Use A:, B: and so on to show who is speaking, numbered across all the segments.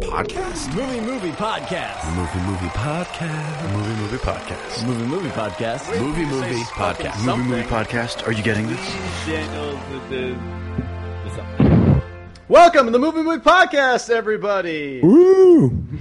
A: podcast?
B: Movie Movie Podcast.
A: Movie Movie Podcast. Movie Movie Podcast.
B: Movie Movie Podcast.
A: Movie Movie Podcast.
C: Movie Movie Podcast. Are you getting this?
B: Welcome to the Movie Movie Podcast, everybody. Woo!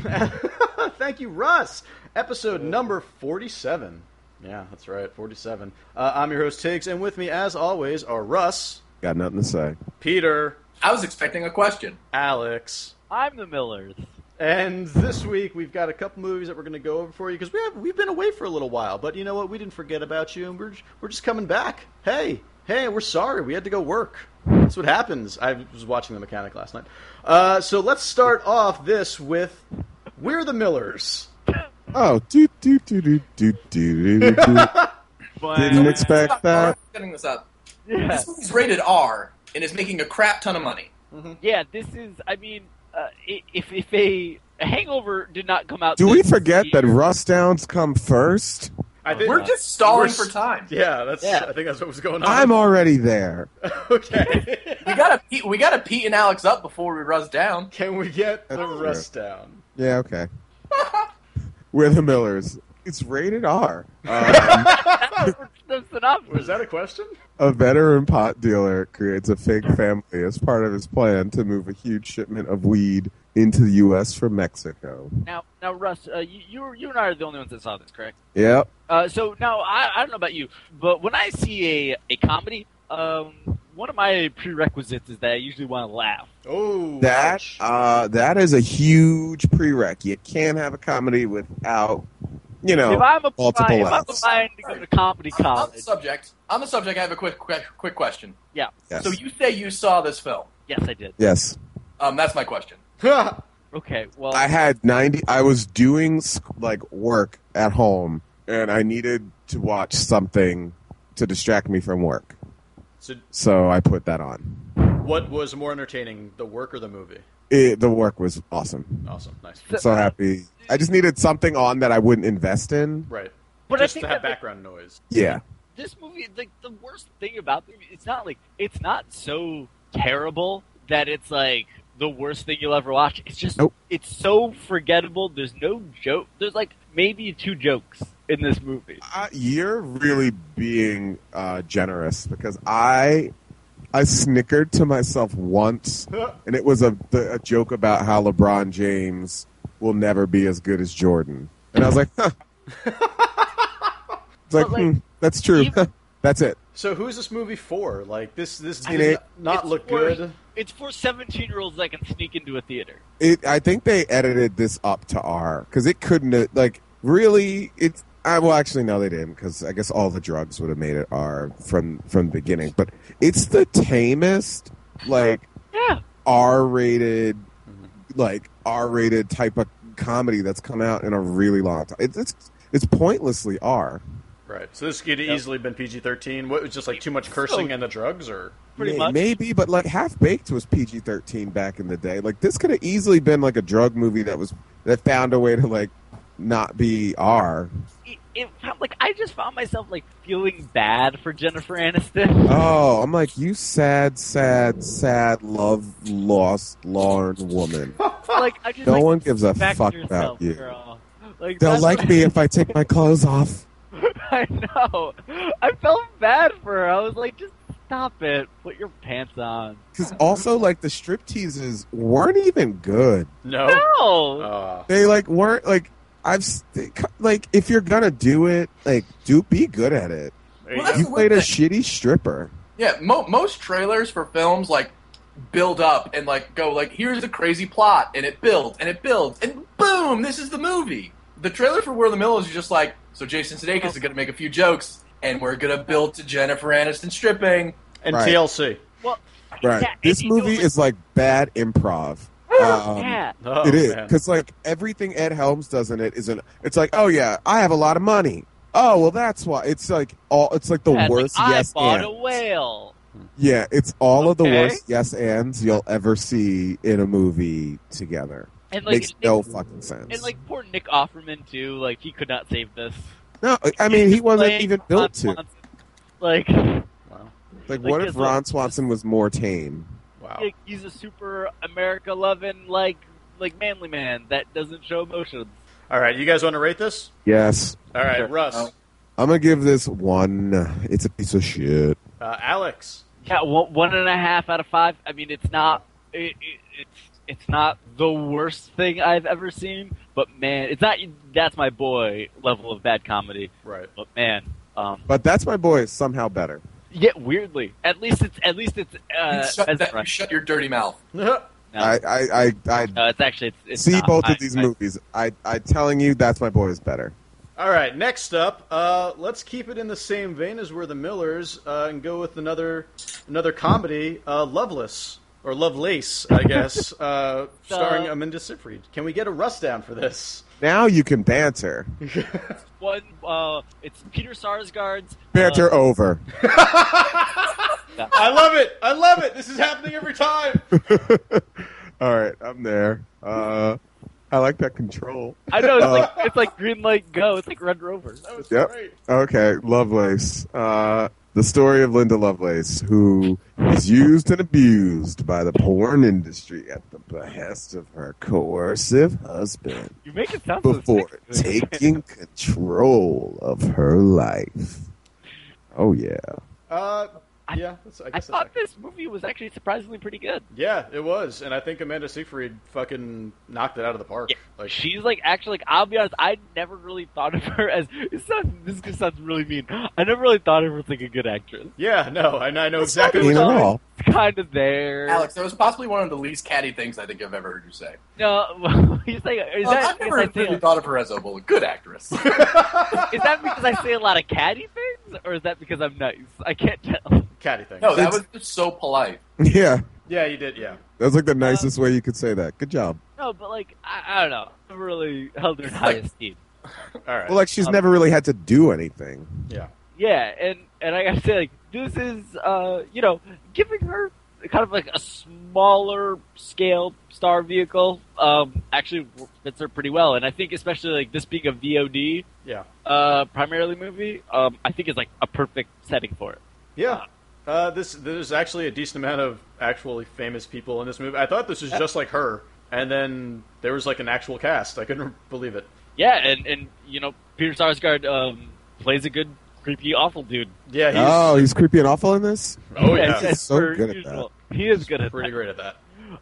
B: Thank you, Russ. Episode number 47. Yeah, that's right, 47. Uh, I'm your host, Tiggs, and with me, as always, are Russ,
D: Got nothing to say.
B: Peter,
E: I was expecting a question.
B: Alex.
F: I'm the Millers.
B: And this week we've got a couple movies that we're going to go over for you because we have we've been away for a little while. But you know what? We didn't forget about you, and we're j- we're just coming back. Hey, hey, we're sorry. We had to go work. That's what happens. I was watching The Mechanic last night. Uh, so let's start off this with We're the Millers.
D: Oh, do do do do do do do. do. Didn't expect that.
E: Setting this up.
F: Yeah,
E: This movie's rated R and is making a crap ton of money.
F: yeah. This is. I mean, uh, i- if if a, a Hangover did not come out,
D: Do we
F: this
D: forget
F: year-
D: that rust downs come first?
B: I think
E: We're just
B: We're-
E: stalling for time.
B: yeah, that's
F: Yeah.
B: I think that's what was going on.
D: I'm already there.
B: okay.
E: We gotta Pete, we gotta Pete and Alex up before we rust down.
B: Can we get the
D: That's true.
B: rest down?
D: Yeah, okay. We're the Millers. It's rated R. Um,
F: That's the synopsis.
B: Was that a question?
D: a veteran pot dealer creates a fake family as part of his plan to move a huge shipment of weed into the U.S. from Mexico.
F: Now, now, Russ, uh, you you you and I are the only ones that saw this, correct?
D: Yep.
F: Uh, so now I, I don't know about you, but when I see a a comedy, um, one of my prerequisites is that I usually want to laugh.
B: Oh,
D: That
B: ouch.
D: uh, that is a huge prereq. You can't have a comedy without, you know.
F: if I'm
D: Oh, multiple
F: applying, if I'm
D: laughs.
F: applying to go to comedy
E: On- On the
F: college,
E: subject, on the subject, I have a quick quick, quick question.
F: yeah,
D: Yes.
E: So you say you saw this film?
F: yes, I did.
D: yes.
E: Um, that's my question.
D: uh,
F: Okay, well,
D: I had 90 I was doing sc- like work at home and I needed to watch something to distract me from work.
B: so,
D: So I put that on.
B: what was more entertaining, the work or the movie?
D: It, the work was awesome.
B: Awesome, nice.
D: I'm so happy. I just needed something on that I wouldn't invest in.
B: Right.
F: but
B: just
F: I think
B: to have
F: that-
B: background noise.
D: Yeah.
F: this movie like the worst thing about the movie it's not like it's not so terrible that it's like the worst thing you'll ever watch it's just
D: Nope.
F: it's so forgettable there's no joke there's like maybe two jokes in this movie
D: I, you're really being uh, generous because I I snickered to myself once and it was a, the, a joke about how LeBron James will never be as good as Jordan, and I was like, huh. it's like,
F: But, like,
D: hmm, that's true.
F: even-
D: that's it.
B: So who's this movie for? Like this this
D: I mean,
B: did
D: it-
B: not
F: It's
B: look
F: for-
B: good.
F: it's for 17 year olds that can sneak into a theater
D: It. I think they edited this up to R because it couldn't have- like really. It's I well actually no they didn't because I guess all the drugs would have made it R from from the beginning. But it's the tamest like
F: yeah
D: R rated
F: Mm-hmm.
D: like R rated type of comedy that's come out in a really long time. It's it's, it's pointlessly R.
B: Right. So this could easily been PG thirteen. What was just like too much cursing and the drugs or
F: pretty
D: May-
F: much
D: Maybe, but like Half Baked was PG thirteen back in the day. Like this could have easily been like a drug movie that was that found a way to like not be R.
F: it, it felt like i just found myself like feeling bad for jennifer aniston
D: Oh, I'm like you sad, sad, sad love lost lorn woman.
F: like i just
D: No
F: like,
D: one gives a
F: respect
D: fuck
F: yourself,
D: about you.
F: girl. like
D: They'll
F: that's
D: like
F: what-
D: me if I take my clothes off.
F: I know. I felt bad for her. I was like, just stop it. Put your pants on.
D: Because also like the strip teases weren't even good.
B: no?
F: No.
B: Uh,
D: they like weren't like I've s- they c- like if you're gonna do it, like do be good at it.
B: there you
E: Well,
B: go.
D: You
E: the
D: played a
E: thing.
D: shitty stripper.
E: Yeah, mo- most trailers for films like build up and like go like here's a crazy plot and it builds and it builds and boom, this is the movie. The trailer for Where the Mill is just like so Jason Sudeikis is going to make a few jokes and we're going to build to Jennifer Aniston stripping.
B: and
D: Right.
B: TLC.
F: Well,
D: Right.
F: yeah,
D: this
F: it- it
D: movie
F: was-
D: is like bad improv. Um,
F: yeah.
B: Oh,
D: it is
B: man.
D: because like everything Ed Helms does in it is an. It's like oh yeah, I have a lot of money. Oh well, that's why. It's like all. It's like the
F: Yeah, it's
D: worst
F: like,
D: yes
F: I bought
D: and.
F: a whale.
D: Yeah, it's all of the
F: Okay.
D: worst yes ands you'll ever see in a movie together.
F: And like,
D: Makes
F: Nick-
D: no fucking sense.
F: and like poor Nick Offerman too. Like he could not save this.
D: no, I mean he wasn't
F: Like,
D: even built
F: Ron
D: to.
F: Swanson. Like,
B: Wow.
D: Like,
F: Like,
D: what if
F: just
D: Ron
F: like-
D: Swanson was more tame?
B: Wow.
F: like, he's a super America loving like like manly man that doesn't show emotions.
B: All right, you guys want to rate this?
D: Yes.
B: All right,
F: Sure.
B: Russ,
E: Oh.
D: I'm gonna give this one. It's a piece of shit.
B: uh, Alex.
F: Yeah, one, one and a half out of five. I mean, it's not it, it, it's it's not the worst thing I've ever seen, but man, it's not that's my boy level of bad comedy.
B: Right.
F: But man, um,
D: But that's my boy. Is somehow better.
F: yeah, weirdly, at least it's at least it's uh,
E: you, shut
F: as-
E: that, you
F: right.
E: shut your dirty mouth.
F: no,
D: I I I, I
F: no, it's actually it's, it's
D: see
F: not.
D: both
F: I-
D: of these
F: I-
D: movies. I I telling you, that's my boy is better.
B: All right, next up, uh, let's keep it in the same vein as we're the Millers uh, and go with another another comedy, uh, Loveless or Lovelace, I guess, uh, starring
F: Duh.
B: Amanda Seyfried. Can we get a Russ down for this?
D: Now you can banter.
F: One, uh, it's Peter Sarsgaard's uh,
D: Banter over.
B: I love it. I love it. This is happening every time.
D: All right, I'm there. Uh, I like that control.
F: I know it's
D: uh,
F: like it's like Green Light Go. It's like Red Rover.
B: That was
D: Yep.
B: great.
D: Okay, Lovelace. Uh, the story of Linda Lovelace, who is used and abused by the porn industry at the behest of her coercive husband
F: You make it sound
D: before
F: so sexy.
D: taking control of her life. Oh, yeah.
B: Uh,
F: I-
B: yeah, that's, I
F: I
B: guess. that's
F: thought this movie was actually surprisingly pretty good.
B: yeah, it was, and I think Amanda Seyfried fucking knocked it out of the park.
F: Yeah.
B: Like,
F: She's like actually like I'll be honest, I never really thought of her as it sounds, this just sounds really mean. I never really thought of her as like a good actress.
B: yeah, no, I, I know exactly.
D: Mean
B: What
D: at
B: you mean.
D: all.
F: It's kind of there.
E: Alex, that was possibly one of the least catty things I think I've ever heard you say.
F: No, he's like, is
E: Well,
F: that
E: I've never
F: because I
E: really
F: say,
E: thought of her as a well, good actress.
F: is that because I say a lot of catty things, or is that because I'm nice? I can't tell.
B: Catty thing.
E: No, that
D: It's-
E: was just so polite.
D: Yeah,
B: Yeah, you did. Yeah.
D: that's like the nicest way you could say that. Good job.
F: No, but like I, I don't know. I've really held her in high esteem.
B: All right.
D: Well, like, she's
F: Um,
D: never really had to do anything.
B: yeah.
F: Yeah, and and I gotta say, like, this is uh, you know, giving her kind of like a smaller scale star vehicle um actually fits her pretty well, and I think especially like this being a VOD
B: Yeah.
F: uh primarily movie, um I think is like a perfect setting for it.
B: Yeah. Uh, this there's actually a decent amount of actually famous people in this movie. I thought this was just like her, and then there was like an actual cast. I couldn't believe it.
F: Yeah, and and you know, Peter Sarsgaard um plays a good creepy awful dude.
B: Yeah, he's
D: oh, he's creepy and awful in this?
B: Oh, yeah.
F: As-
B: He's
F: as
D: so
F: per
D: good at
F: usual. He is good at
B: pretty
F: that.
B: great at that.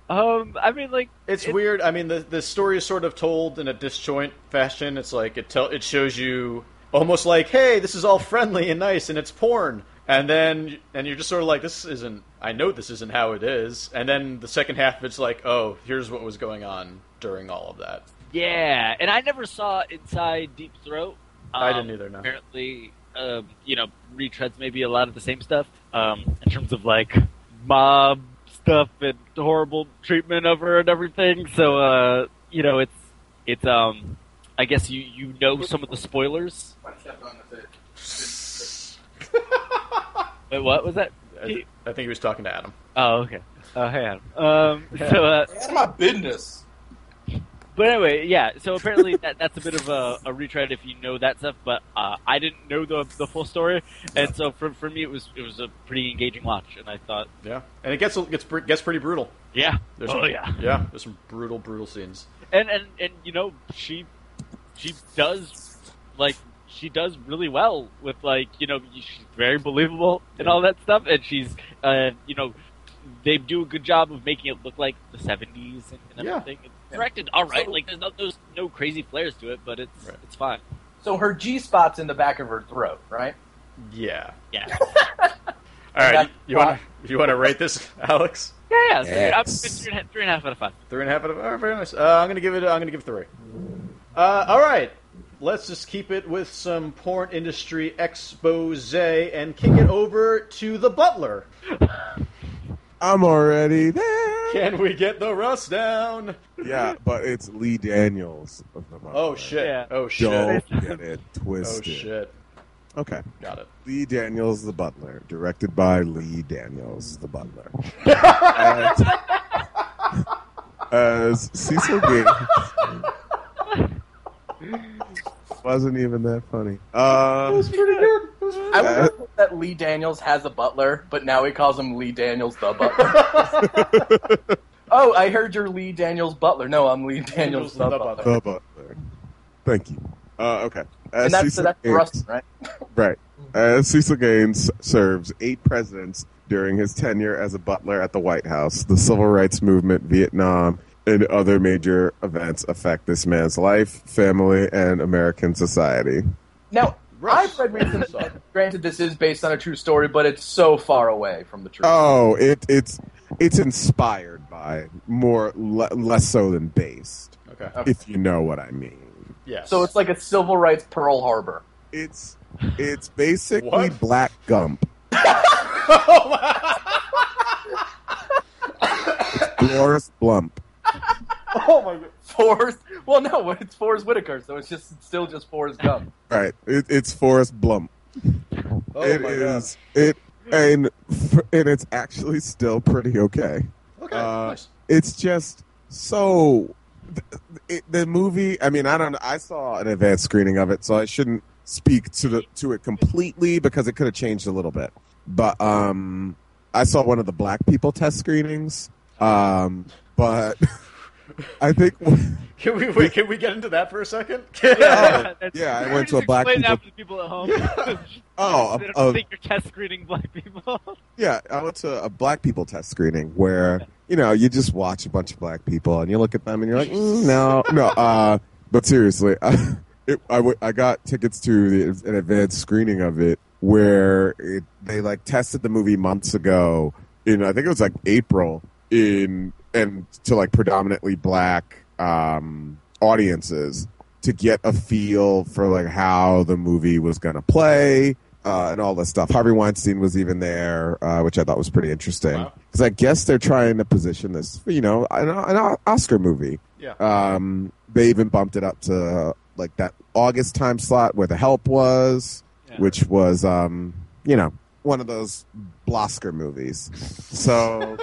F: Um, I mean, like
B: It's
F: It-
B: weird. I mean, the the story is sort of told in a disjoint fashion. It's like it tell it shows you almost like, hey, this is all friendly and nice, and it's porn. And then and you're just sort of like, this isn't. I know this isn't how it is. And then the second half of it's like, oh, here's what was going on during all of that.
F: Yeah, and I never saw Inside Deep Throat. Um,
B: I didn't either, no.
F: Apparently, um, you know, retreads maybe a lot of the same stuff um, in terms of like mob stuff and horrible treatment of her and everything. So, uh, you know, it's it's um, I guess you you know some of the spoilers. Wait, what was that?
B: I, I think he was talking to Adam.
F: Oh, okay. Oh, hey, Adam. Um, so, uh,
E: That's my business.
F: But anyway, yeah. So apparently that, that's a bit of a, a retread if you know that stuff. But uh, I didn't know the the full story, and so for for me it was it was a pretty engaging watch, and I thought,
B: Yeah, and it gets gets br- gets pretty brutal.
F: yeah,
B: There's
F: oh
B: some,
F: yeah,
B: yeah. There's some brutal, brutal scenes.
F: and and and you know she she does like she does really well with like you know she's very believable and all that stuff, and she's uh you know they do a good job of making it look like the seventies and, and
B: Yeah.
F: everything. It's directed all right, like there's no there's no crazy flares to it, but it's
B: Right.
F: it's fine.
E: So her G spot's in the back of her throat, right?
B: Yeah.
F: Yeah.
B: All right.
E: That-
B: You want to you want to rate this, Alex?
F: Yeah, yeah. Three, I'm
D: Yes.
F: three, and a half, three and a half out of five.
B: Three and a half out of all right, very nice. Uh, I'm gonna give it. I'm gonna give it three. Uh, all right. Let's just keep it with some porn industry expose and kick it over to the butler.
D: I'm already there.
B: Can we get the rust down?
D: Yeah, but it's Lee Daniels of the Muppet
B: Oh
D: Show.
B: shit!
F: Yeah.
B: Oh shit!
D: Don't get it
B: Oh
D: twisted.
B: shit!
D: Okay.
B: Got it.
D: Lee Daniels the Butler, directed by Lee Daniels the Butler. as, as Cecil Gaines. Wasn't even that funny. Um,
B: pretty good. It was pretty
E: I would hope that Lee Daniels has a butler, but now he calls him Lee Daniels the butler. Oh, I heard you're Lee Daniels Butler. No, I'm Lee
B: Daniels
E: Daniels the
B: the
E: Butler.
B: Butler.
D: The Butler. Thank you. Uh, okay. Uh,
E: And that's
D: Cecil
E: that's Mm-hmm.
D: Gaines-
E: Rustin, right?
D: Right. Uh, Cecil Gaines serves eight presidents during his tenure as a butler at the White House. The civil rights movement, Vietnam, and other major events affect this man's life, family, and American society.
E: Now,
B: Russ.
E: I've read recently.
B: Sorry.
E: Granted, this is based on a true story, but it's so far away from the truth.
D: Oh, it, it's it's inspired by more le- less so than based,
B: Okay.
D: if you know what I mean.
B: Yes.
E: So it's like a civil rights Pearl Harbor.
D: It's it's basically
B: What?
D: Black Gump. Doris Blump.
E: Oh my god, Forrest. Well, no, it's Forrest Whitaker, so it's just it's still just Forrest Gump.
D: Right. It, it's Forrest Blump.
B: oh
D: It
B: my
D: is- It and f- and it's actually still pretty okay.
B: god. Okay.
D: uh,
B: nice.
D: It's just so th- it, the movie. I mean, I don't. know. I saw an advanced screening of it, so I shouldn't speak to the to it completely because it could have changed a little bit. But um, I saw one of the black people test screenings. Um, but I think.
B: Can we wait? Can we get into that for a second?
F: That's-
D: Oh, yeah, I
F: you
D: went
F: just
D: to a black
F: explained
D: people-
F: that to the people at home.
D: Oh,
F: they don't
D: a- a-
F: think you're test screening black people.
D: Yeah, I went to a black people test screening where you know you just watch a bunch of black people and you look at them and you're like, mm, no, no. Uh, but seriously, I, it, I, w- I got tickets to the, an advanced screening of it where it, they like tested the movie months ago in I think it was like April in and to like predominantly black um, audiences to get a feel for like how the movie was gonna play uh, and all this stuff. Harvey Weinstein was even there, uh, which I thought was pretty interesting
B: Wow.
D: because I guess they're trying to position this, for, you know, an, an Oscar movie.
B: yeah.
D: Um, they even bumped it up to uh, like that August time slot where The Help was,
F: Yeah.
D: which was, um, you know, one of those Blosker movies. So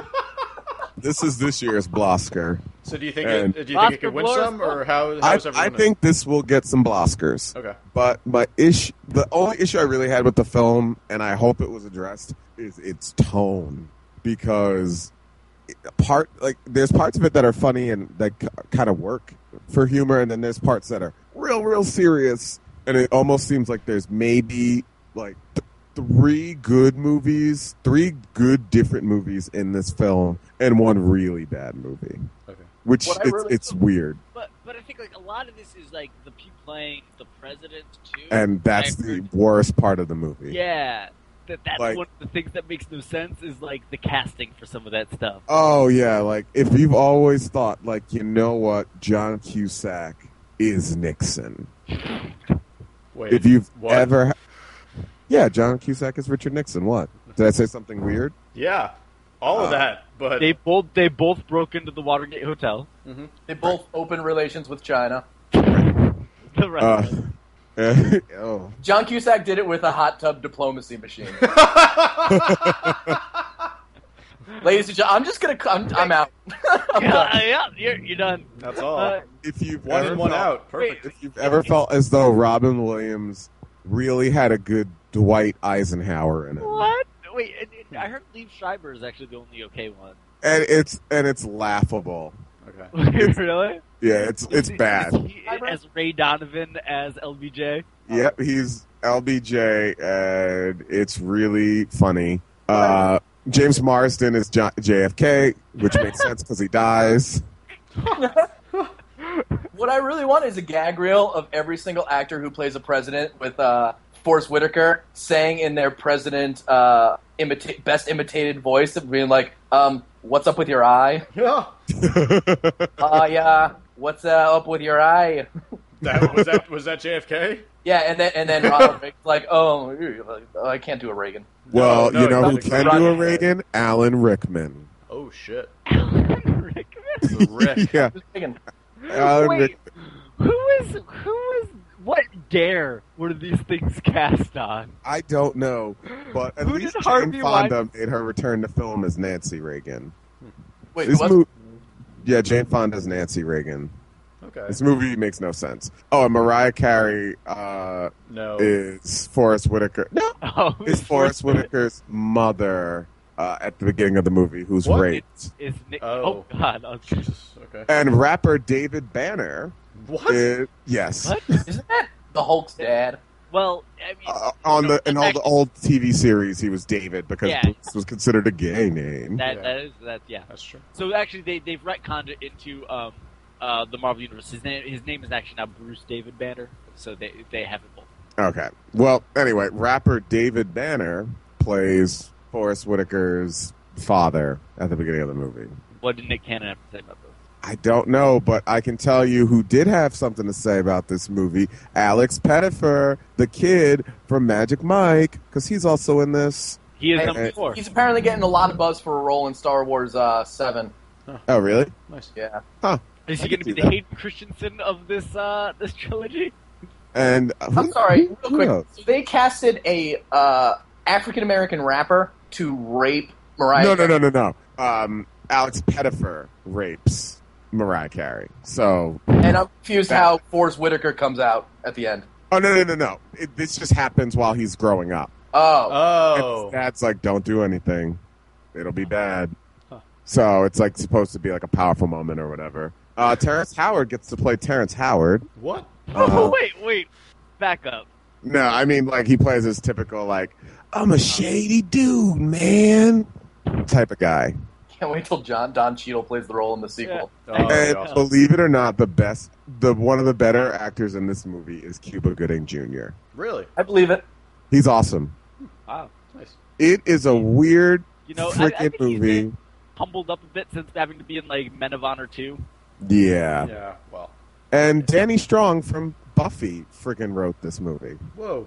D: this is this year's Blosker.
B: So do you think
D: and-
B: it, do you think it
F: Oscar
B: could win
F: Blores-
B: some, or how?
D: I,
B: How's
D: Uh, I
B: everyone?
D: think this will get some Bloskers.
B: Okay.
D: But my issue, the only issue I really had with the film, and I hope it was addressed, is its tone because it- part like there's parts of it that are funny and that kind of work for humor, and then there's parts that are real, real serious, and it almost seems like there's maybe like th- three good movies, three good different movies in this film, and one really bad movie,
B: Okay.
D: which
E: What I
D: it's,
E: really-
D: it's weird,
F: But but I think like a lot of this is like the people playing the president too.
D: and that's
F: I
D: the
F: heard-
D: worst part of the movie.
F: yeah. That that's
D: Like-
F: one of the things that makes no sense is like the casting for some of that stuff.
D: Oh yeah, like if you've always thought, like you know what, John Cusack is Nixon.
B: Wait.
D: If you've
B: what?
D: ever, yeah, John Cusack is Richard Nixon. What did I say? Something weird?
B: Yeah. All of
D: Uh,
B: that, but
F: They both they both broke into the Watergate Hotel.
E: They both open relations with China.
F: The rest
D: Uh,
F: of it.
D: oh,
E: John Cusack did it with a hot tub diplomacy machine. Ladies and gentlemen, I'm just gonna. I'm, I'm out.
D: Uh.
F: yeah, yeah, you're, you're done.
B: that's all.
F: Uh,
D: if you've
B: one
D: ever
B: in, one
D: felt-
B: out. Perfect.
D: if you've ever felt as though Robin Williams really had a good Dwight Eisenhower in it,
F: what? Wait, and, and I heard Lee Schreiber is actually the only okay one.
D: and it's and it's laughable.
B: Okay.
F: really?
D: Yeah, it's it's bad.
F: Is he- as Ray Donovan as LBJ.
D: Yep, he's LBJ, and it's really funny. Uh, James Marsden is J- JFK, which makes sense because he dies.
E: What I really want is a gag reel of every single actor who plays a president with uh, Forrest Whitaker saying in their president uh, imita- best imitated voice of being like, um, "What's up with your eye?
B: Yeah.
E: Uh, yeah, what's uh, up with your eye?"
B: That was that was that JFK?
E: Yeah, and then and then Ronald Reagan's like, "Oh, ew, oh, I can't do a Reagan."
D: Well,
B: no,
D: you know who
B: it's
D: can
E: not-
D: do a Reagan? Alan Rickman.
B: Oh shit.
F: Alan Rickman?
B: Rick.
D: yeah,
E: Who's Reagan?
D: Alan Uh,
F: Wait,
D: Rick-
F: who is who is what dare were these things cast on?
D: I don't know, but at
F: Who
D: least
F: did
D: Jane
F: Harvey
D: Fonda made her return to film as Nancy Reagan.
E: Wait,
D: This
E: what?
D: mo- yeah, Jane Fonda's Nancy Reagan.
B: Okay.
D: This movie makes no sense. Oh, and Mariah Carey uh,
B: No.
D: is Forrest Whitaker. No,
F: Oh,
D: is Forrest Whitaker's mother uh, at the beginning of the movie who's
B: What?
D: raped.
F: Is Nick?
B: Oh.
F: Oh, God! I was gonna-
B: Okay.
D: And rapper David Banner
B: What?
D: is- yes.
F: What?
E: Isn't that the Hulk's dad?
F: Well, I mean,
D: Uh, on the in all the old TV series, he was David because
F: Yeah.
D: Bruce was considered a gay name.
F: that
B: Yeah.
F: that is that yeah.
B: That's true.
F: So actually, they they've retconned it into um, uh, the Marvel Universe. His name his name is actually now Bruce David Banner. So they they have it both.
D: Okay. Well, anyway, rapper David Banner plays Forrest Whitaker's father at the beginning of the movie.
F: What did Nick Cannon have to say about this?
D: I don't know, but I can tell you who did have something to say about this movie: Alex Pettifer, the kid from Magic Mike, because he's also in this.
F: He is
E: Hey,
F: number
D: hey.
F: four.
E: He's apparently getting a lot of buzz for a role in Star Wars uh, Seven.
D: Oh, really?
B: Nice.
E: Yeah,
F: Is
D: I
F: he going to
D: can
F: be
D: see
F: the
D: that.
F: Hayden Christensen of this uh, this trilogy?
D: And
E: I'm sorry. Real
D: who
E: quick,
D: knows?
E: so they casted a uh, African American rapper to rape Mariah.
D: No, no, no, no, no. Um, Alex Pettifer rapes Mariah Carey. So,
E: no. And I'm confused how Forrest Whitaker comes out at the end.
D: oh no, no, no, no. It, this just happens while he's growing up.
E: Oh,
B: Oh.
D: That's- that's like don't do anything; it'll be bad.
F: Huh.
D: So it's like supposed to be like a powerful moment or whatever. Uh, Terrence Howard gets to play Terrence Howard.
B: What?
D: Uh,
F: wait, wait, back up.
D: No, I mean like he plays his typical like I'm a shady dude, man, type of guy.
E: can't wait till John Don Cheadle plays the role in the sequel.
B: Oh,
D: and
B: yeah.
D: believe it or not, the best, the one of the better actors in this movie is Cuba Gooding Jr.
B: Really?
E: I believe it.
D: He's awesome.
F: Wow.
B: Nice.
D: It is a weird
F: You know, I, I
D: freaking
F: think he's
D: movie.
F: been humbled up a bit since having to be in like Men of Honor two.
D: Yeah.
B: Yeah. Well.
D: and Danny Strong from Buffy freaking wrote this movie.
B: Whoa.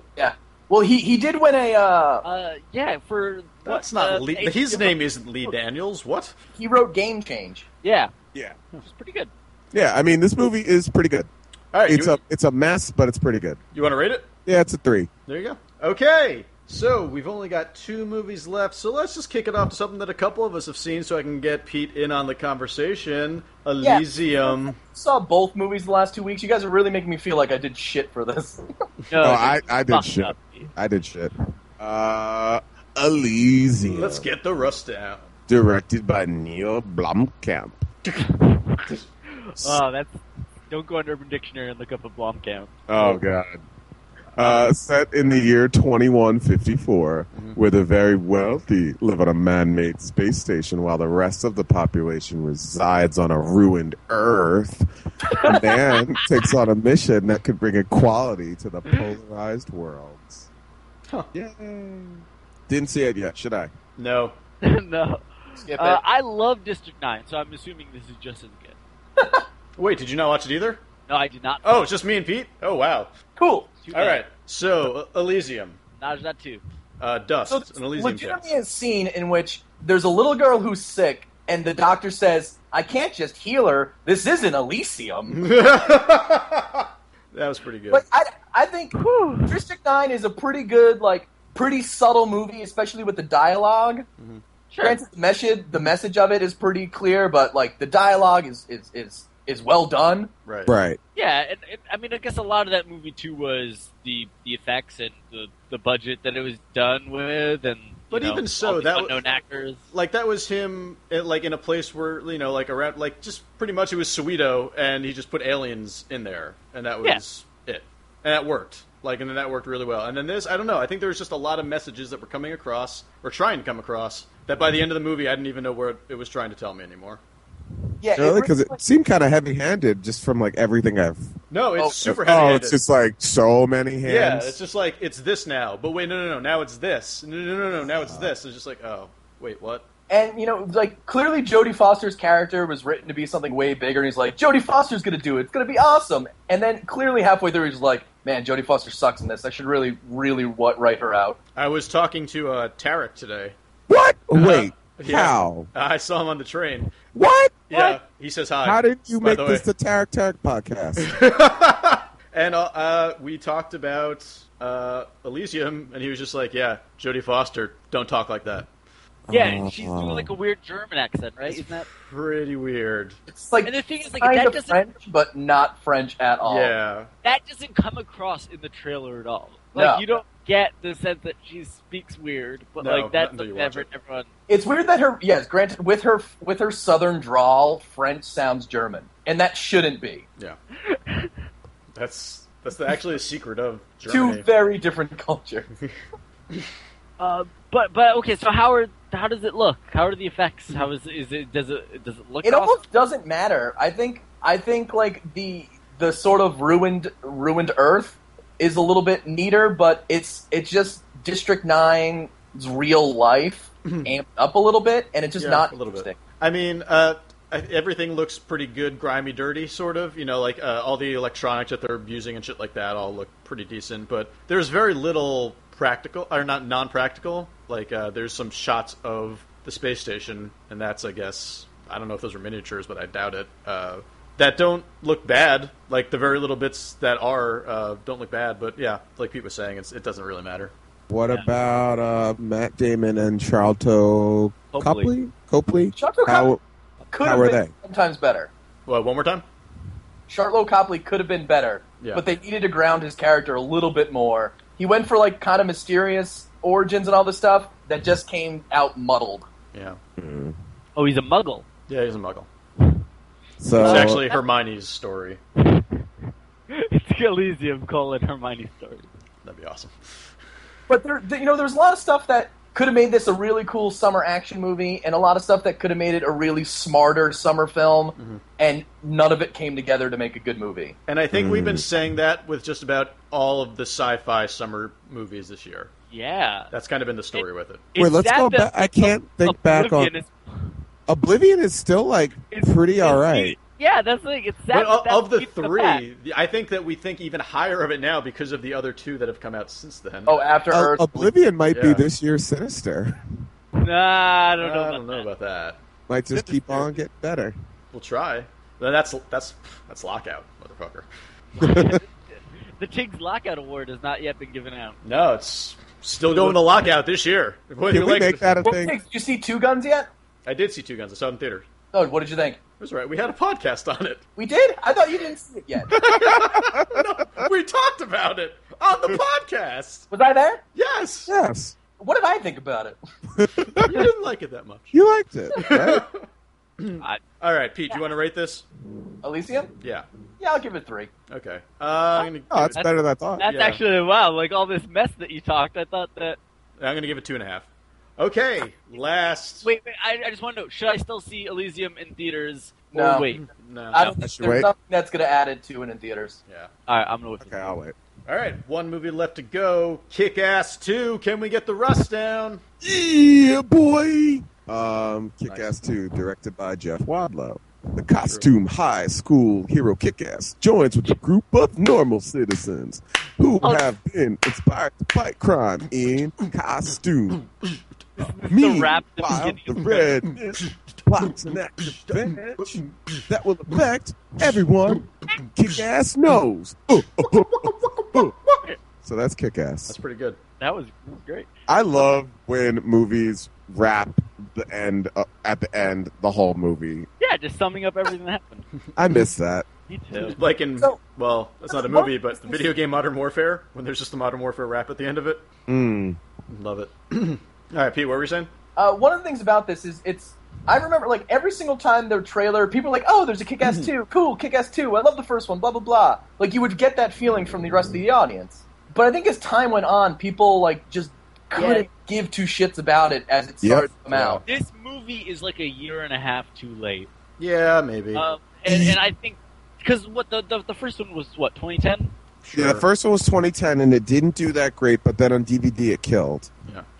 E: Well, he he did win a. Uh,
F: Uh, yeah, for
B: That's
F: what,
B: not
F: uh,
B: Lee.
F: eight-
B: His name isn't Lee Daniels. What?
E: he wrote Game Change.
F: Yeah,
D: Yeah,
F: which is pretty good.
D: yeah. I mean, this movie is pretty good.
B: All right.
D: It's
B: you,
D: a it's a mess, but it's pretty good.
B: you want to rate it?
D: Yeah, it's a three.
B: There you go. Okay. So we've only got two movies left, so let's just kick it off to something that a couple of us have seen, so I can get Pete in on the conversation. Elysium.
E: Saw both movies the last two weeks. You guys are really making me feel like I did shit for this.
F: No,
D: oh, I, I did
F: Uh, fucked
D: shit.
F: up.
D: I did shit. Uh, Elysium.
B: Let's get the rust down.
D: directed by Neil Blomkamp.
F: Oh, that's don't go on Urban Dictionary and look up a Blomkamp.
D: Oh God. Uh, set in the year 2154,
B: Mm-hmm.
D: where the very wealthy live on a man-made space station while the rest of the population resides on a ruined Earth, a man takes on a mission that could bring equality to the polarized worlds.
B: Mm-hmm. Huh.
D: Yay. Didn't see it yet, should I?
B: No.
F: no,
E: Skip
F: uh,
E: it.
F: I love District Nine, so I'm assuming this is just as good.
B: Wait, did you not watch it either?
F: No, I did not.
B: Oh, it's just me and Pete. Oh wow.
E: Cool.
F: Too
B: All
F: bad.
B: right. So uh, Elysium,
F: Najda two.
B: uh, Dust,
E: So
B: an Elysium film.
E: legitimately a scene in which there's a little girl who's sick, and the doctor says, "I can't just heal her. This isn't Elysium."
B: that was pretty good.
E: But I, I think District Nine is a pretty good, like, pretty subtle movie, especially with the dialogue.
F: Sure.
E: Granted, the message, the message of it is pretty clear, but like the dialogue is is is, is well done.
B: right.
D: Right.
F: Yeah, and, and I mean, I guess a lot of that movie too was the the effects and the the budget that it was done with, and you
B: But
F: know,
B: even so,
F: all these
B: that
F: unknown
B: was-
F: actors.
B: Like that was him, uh, like in a place where you know, like around, like just pretty much it was Suido, and he just put aliens in there, and that was it, and that worked. Like, and then that worked really well. And then this, I don't know. I think there was just a lot of messages that were coming across or trying to come across that by the end of the movie, I didn't even know where it, it was trying to tell me anymore.
E: Yeah, it
D: Really? Because
E: really-
D: it seemed kind of heavy-handed just from like everything I've.
B: No, it's
E: Oh,
B: super
D: Oh,
B: heavy.
D: it's just like so many hands.
B: Yeah, it's just like it's this now. But wait, no, no, no. Now it's this. No, no, no, no. Now
D: Uh-huh.
B: it's this. It's just like, oh, wait, what?
E: and you know, like clearly Jodie Foster's character was written to be something way bigger, and he's like, Jodie Foster's gonna do it. It's gonna be awesome. And then clearly halfway through, he's like, Man, Jodie Foster sucks in this. I should really, really what write her out.
B: I was talking to uh, Tarek today.
D: What? Wait.
B: Uh-huh. yeah.
D: How?
B: I saw him on the train.
D: What?
B: Yeah, he says hi.
D: How did you
B: by
D: make
B: the
D: this
B: way.
D: the Tarek Tarek podcast?
B: And uh, uh, we talked about uh, Elysium, and he was just like, "Yeah, Jodie Foster, don't talk like that."
F: Yeah, and she's
D: Uh,
F: doing like a weird German accent, right? Isn't that?
B: Pretty weird.
E: It's like
F: And the thing is, like
E: kind
F: that
E: of
F: doesn't
E: French, but not French at all.
B: Yeah,
F: that doesn't come across in the trailer at all. Like
E: No.
F: you don't get the sense that she speaks weird, but
B: No,
F: like
B: not
F: that's
B: until
F: the
B: you watch
F: effort everyone.
E: It's weird that her yes, granted with her with her southern drawl, French sounds German, and that shouldn't be.
B: Yeah, that's that's the, actually a secret of
E: Two
B: Germany.
E: very different cultures.
F: Uh, but but okay, so how are how does it look? How are the effects? How is is it? Does it does it look?
E: It
F: awesome?
E: almost doesn't matter. I think I think like the the sort of ruined ruined Earth is a little bit neater, but it's it's just District Nine's real life amped up a little bit, and it's just
B: Mm-hmm. Yeah,
E: not
B: a little bit.
E: interesting.
B: I mean, uh, I- everything looks pretty good, grimy, dirty, sort of. You know, like uh, all the electronics that they're using and shit like that all look pretty decent. But there's very little practical, or not non-practical. Like uh, there's some shots of the space station, and that's, I guess, I don't know if those are miniatures, but I doubt it. Uh, that don't look bad. Like the very little bits that are uh, don't look bad. But yeah, like Pete was saying, it's, it doesn't really matter.
D: What about uh, Matt Damon and Charlton
F: Copley.
D: Copley? Copley?
E: Charlton
D: How,
E: Could
D: How
E: have
D: are
E: been
D: they?
E: sometimes better.
B: Well, one more time.
E: Charlotte Copley could have been better,
B: Yeah.
E: but they needed to ground his character a little bit more. He went for like kind of mysterious origins and all this stuff that just came out muddled.
B: Yeah,
F: Oh, he's a muggle.
B: yeah, he's a muggle.
D: so
B: It's actually Hermione's story.
F: it's Elysium calling Hermione story.
B: That'd be awesome.
E: But there, th- you know, there's a lot of stuff that could have made this a really cool summer action movie, and a lot of stuff that could have made it a really smarter summer film,
B: Mm-hmm.
E: and none of it came together to make a good movie.
B: And I think we've been
D: Hmm.
B: saying that with just about all of the sci-fi summer movies this year.
F: Yeah.
B: That's kind of been the story with it.
D: Wait, let's go back. I can't think back on. Oblivion is still like pretty all right.
F: Yeah, that's like it's
B: But
F: that.
B: of,
F: that's
B: of the
F: deep in back.
B: three, I think that we think even higher of it now because of the other two that have come out since then.
E: Oh, After
D: Uh,
E: Earth,
D: Oblivion might
B: Yeah.
D: be this year's Sinister.
F: Nah, I don't
B: I
F: know. about
B: don't know
F: that.
B: about that.
D: Might just keep on getting better.
B: We'll try. No, that's that's that's lockout, motherfucker.
F: The Tiggs Lockout Award has not yet been given out.
B: No, it's still going to lockout this year. Whether
D: Can
B: you
D: we
B: like it
D: make
B: or-
D: that a
E: What
D: thing?
E: did you see Two Guns yet?
B: I did see Two Guns. I saw it in theater.
E: No, what did you think?
B: It was right. We had a podcast on it.
E: We did? I thought you didn't see it yet.
B: we talked about it on the podcast.
E: Was I there?
B: Yes,
D: Yes,
E: What did I think about it?
B: you didn't like it that much.
D: you liked it. Right? Hmm.
B: All right, Pete, do you want to rate this?
E: Elysium?
B: Yeah.
E: Yeah, I'll give it three.
B: Okay. Uh, I'm gonna give
D: Oh, it's
B: it,
D: better than I thought.
F: That's
B: Yeah.
F: actually wow. Like all this mess that you talked, I thought that.
B: I'm gonna give it two and a half. Okay. Last.
F: Wait, wait I, I just want to know: should I still see Elysium in theaters?
E: No.
F: Or wait.
B: No.
E: I don't
D: I
E: think
D: should
E: there's
D: wait.
E: nothing that's going to add it to it in theaters.
B: Yeah.
F: All right, I'm gonna wait.
D: Okay, I'll wait.
B: All right. One movie left to go. Kick Ass Two. Can we get the rust down?
D: Yeah, boy. Um, Kick
B: Nice.
D: Ass 2, directed by Jeff Wadlow. The costume high school hero Kick Ass joins with a group of normal citizens who
F: Oh.
D: have been inspired to fight crime in costume.
F: the rap at the
D: Meanwhile,
F: beginning.
D: the red plots an act of revenge that will affect everyone Kick Ass knows. Uh, uh, uh, uh. So that's Kick Ass.
B: That's pretty good.
F: That was that was great.
D: I love when movies wrap the end uh, at the end the whole movie.
F: Yeah, just summing up everything that happened.
D: I
B: Mm.
D: miss that.
F: Me too.
B: Like in
E: So-
B: well, that's not a movie, but the video game Modern Warfare when there's just the Modern Warfare rap at the end of it.
D: Mm.
B: Love it. All right, Pete, what were you saying?
E: Uh, one of the things about this is it's. I remember like every single time their trailer, people were like, "Oh, there's a Kick-Ass two, cool Kick-Ass two. I love the first one, blah blah blah." Like you would get that feeling from the rest of the audience. But I think as time went on, people like just couldn't give two shits about it as it
D: Yep.
E: started to come out.
F: This movie is like a year and a half too late.
B: Yeah, maybe.
E: Uh,
F: Um, and, and I think because what the, the the first one was what 2010.
B: Sure.
D: Yeah, the first one was 2010, and it didn't do that great. But then on DVD, it killed.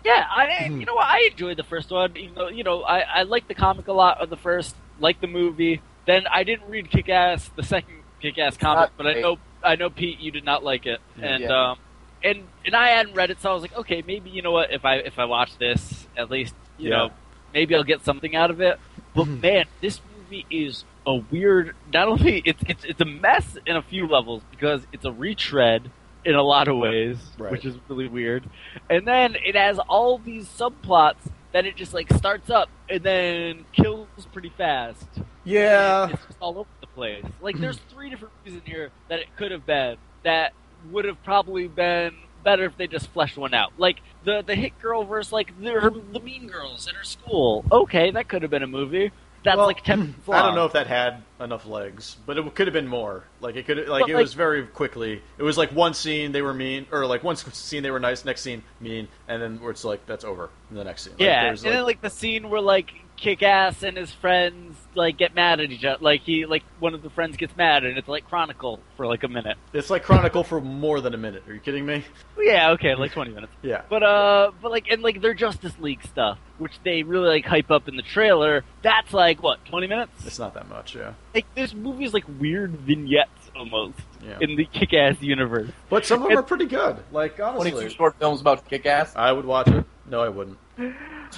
F: Yeah, I and
E: Mm-hmm.
F: you know what I enjoyed the first one. Even though you know I I liked the comic a lot of the first, liked the movie. Then I didn't read Kick Ass the second Kick Ass comic,
E: not
F: but I
E: great.
F: know I know Pete, you did not like it, and
E: Yeah.
F: um and and I hadn't read it, so I was like, okay, maybe you know what if I if I watch this at least you
B: Yeah.
F: know maybe I'll get something out of it. But
B: Mm-hmm.
F: man, this movie is a weird. Not only it's it's it's a mess in a few levels because it's a retread in a lot of ways,
B: Right.
F: which is really weird. And then it has all these subplots that it just like starts up and then kills pretty fast.
B: yeah.
F: It's just all over the place. Like there's three different movies in here that it could have been that would have probably been better if they just fleshed one out. Like the the hit girl versus like the, her, the mean girls in her school. Okay, that could have been a movie. That's
B: Well,
F: like ten. minutes
B: I
F: long.
B: don't know if that had enough legs, but it could have been more. Like it could, like
F: But,
B: it
F: like-
B: was very quickly. It was like one scene they were mean, or like one scene they were nice, next scene mean, and then it's like that's over. in the next scene, Like,
F: yeah,
B: there's,
F: and then like the scene where like Kick Ass and his friends like get mad at each other. Like he like one of the friends gets mad, and it's like Chronicle for like a minute.
B: it's like Chronicle for more than a minute. Are you kidding me?
F: Yeah, okay, like twenty minutes.
B: Yeah.
F: But uh, but like and like their Justice League stuff, which they really like hype up in the trailer. That's like what twenty minutes.
B: It's not that much, yeah.
F: Like this movie is like weird vignettes almost
B: Yeah.
F: in the Kick-Ass universe.
B: But some of them
F: it-
B: are pretty good. Like
E: Twenty-two
B: honestly,
E: short films about kick-ass.
B: I would watch it. No, I wouldn't.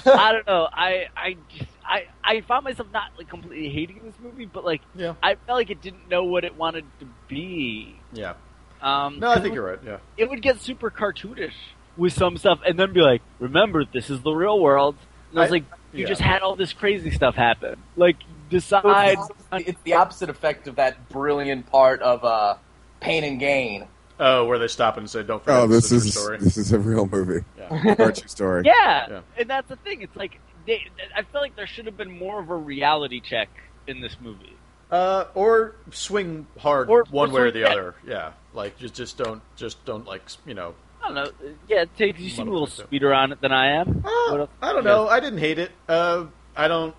F: I don't know. I I just I I found myself not like completely hating this movie, but like
B: Yeah,
F: I felt like it didn't know what it wanted to be.
B: yeah.
F: Um,
B: No, I think you're right. Yeah,
F: It would get super cartoonish with some stuff, and then be like, "Remember, this is the real world." And I was
B: I-
F: like, "You
B: yeah.
F: just had all this crazy stuff happen. Like, decide."
E: So it's, the- it's the opposite effect of that brilliant part of uh, Pain and Gain.
B: Oh, where they stop and say, "Don't forget
D: Oh, this
B: is
D: is
B: your story."
D: this is a real movie.
B: Yeah.
D: A Virtue story.
F: Yeah.
B: Yeah.
F: and that's the thing. It's like they, I feel like there should have been more of a reality check in this movie.
B: Uh, or swing hard
F: Or-
B: one
F: or
B: way or
F: swing
B: the
F: back.
B: other. Yeah, like just just don't just don't like s- you know.
F: I don't know. Yeah, Tate, you seem a little
B: Motherfucker.
F: sweeter on it than I am. What
B: Uh,
F: else-
B: I don't
F: yeah.
B: know. I didn't hate it. Uh, I don't.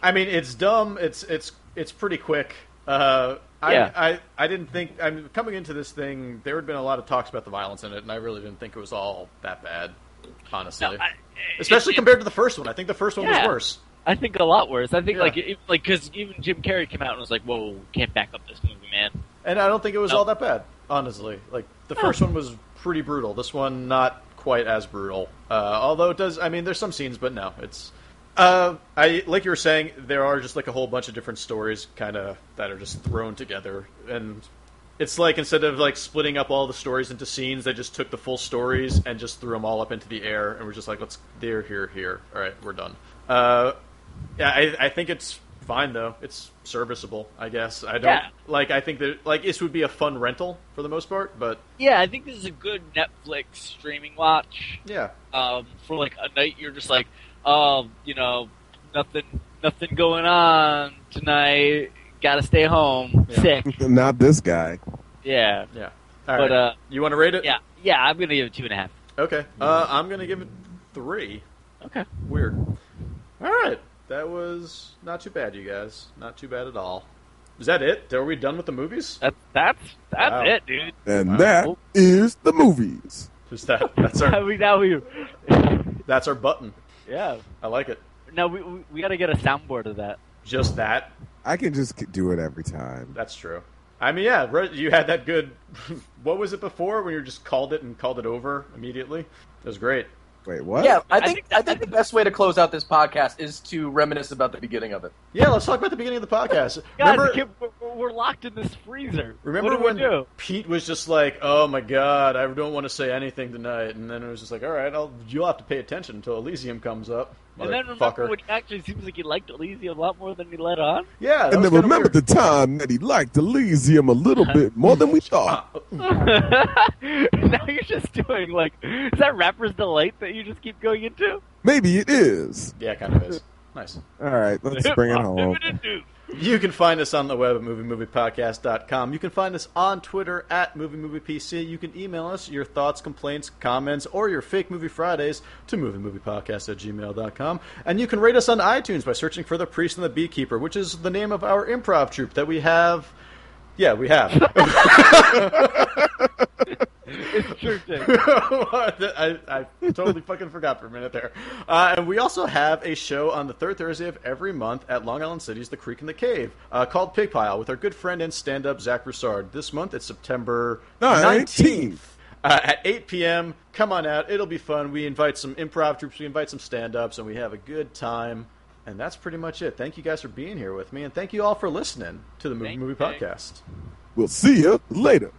B: I mean, it's dumb. It's it's it's pretty quick. Uh, I,
F: Yeah.
B: I I didn't think I'm coming into this thing. There had been a lot of talks about the violence in it, and I really didn't think it was all that bad,
F: No,
B: honestly.
F: I,
B: Especially
F: it- it-
B: compared to the first one. I think the first one
F: Yeah.
B: was worse.
F: I think a lot worse. I think
B: Yeah.
F: like it, like because even Jim Carrey came out and was like, "Whoa, we can't back up this movie, man."
B: And I don't think it was
F: No.
B: all that bad, honestly. Like the first one was pretty brutal. This one not quite as brutal. Uh, although it does, I mean, there's some scenes, but no, it's. Uh, I like you were saying there are just like a whole bunch of different stories, kind of that are just thrown together, and it's like instead of like splitting up all the stories into scenes, they just took the full stories and just threw them all up into the air, and we're just like, let's there, here, here. All right, we're done. Uh, yeah, I, I think it's fine though. It's serviceable, I guess. I don't
F: Yeah.
B: like. I think that like this would be a fun rental for the most part, but
F: Yeah, I think this is a good Netflix streaming watch
B: yeah,
F: um, for like a night. You're just like, oh, you know, nothing, nothing going on tonight. Got to stay home.
B: Yeah.
F: Sick.
D: Not this guy.
F: Yeah,
B: yeah. All
F: but
B: right.
F: uh,
B: you want to rate it?
F: yeah, yeah. I'm gonna give it two and a half.
B: Okay. Uh, I'm gonna give it three.
F: Okay.
B: Weird. All right. That was not too bad, you guys. Not too bad at all. Is that it? Are we done with the movies?
F: That, that's that's
B: Wow.
F: it, dude.
D: And that is the movies.
B: Just that. That's
F: I
B: our.
F: mean, now we,
B: that's our button.
F: yeah.
B: I like it.
F: No, we we, we got to get a soundboard of that.
B: Just that.
D: I can just k- do it every time.
B: That's true. I mean, yeah, right, you had that good. What was it before when you just called it and called it over immediately? It was great.
D: Wait, what?
E: Yeah, I think I
F: I think
E: think,
F: that-
E: the best way to close out this podcast is to reminisce about the beginning of it.
B: Yeah, let's talk about the beginning of the podcast.
F: Guys,
B: remember,
F: I can't- we're- we're, we're locked in this freezer.
B: remember
F: what do
B: when
F: we do?
B: Pete was just like, "Oh my god, I don't want to say anything tonight," and then it was just like, "All right, I'll, you'll have to pay attention until Elysium comes up."
F: And then remember
B: motherfucker."
F: when he actually seems like he liked Elysium a lot more than he let on.
B: yeah, that
D: And
B: was kinda
D: then remember the
B: weird.
D: time that he liked Elysium a little bit more than we thought.
F: now you're just doing like, is that rapper's delight that you just keep going into?
D: Maybe it is.
B: yeah, kind of is nice.
D: All right, let's bring it home.
B: You can find us on the web at moviemoviepodcast.com. You can find us on Twitter at moviemoviepc. You can email us your thoughts, complaints, comments, or your fake movie Fridays to moviemoviepodcast at gmail.com. And you can rate us on iTunes by searching for The Priest and the Beekeeper, which is the name of our improv troupe that we have. Yeah, we have.
F: It's true, Jake.
B: I, I totally fucking forgot for a minute there. Uh, and we also have a show on the third Thursday of every month at Long Island City's The Creek in the Cave uh, called Pig Pile with our good friend and stand up Zach Broussard. This month it's September 19th.
D: 19th.
B: Uh, at 8 p.m., come on out. It'll be fun. We invite some improv troops, we invite some stand ups, and we have a good time. And that's pretty much it. Thank you guys for being here with me, and thank you all for listening to the Movie
F: Thank
B: Movie
F: you.
B: Podcast.
D: We'll see you later.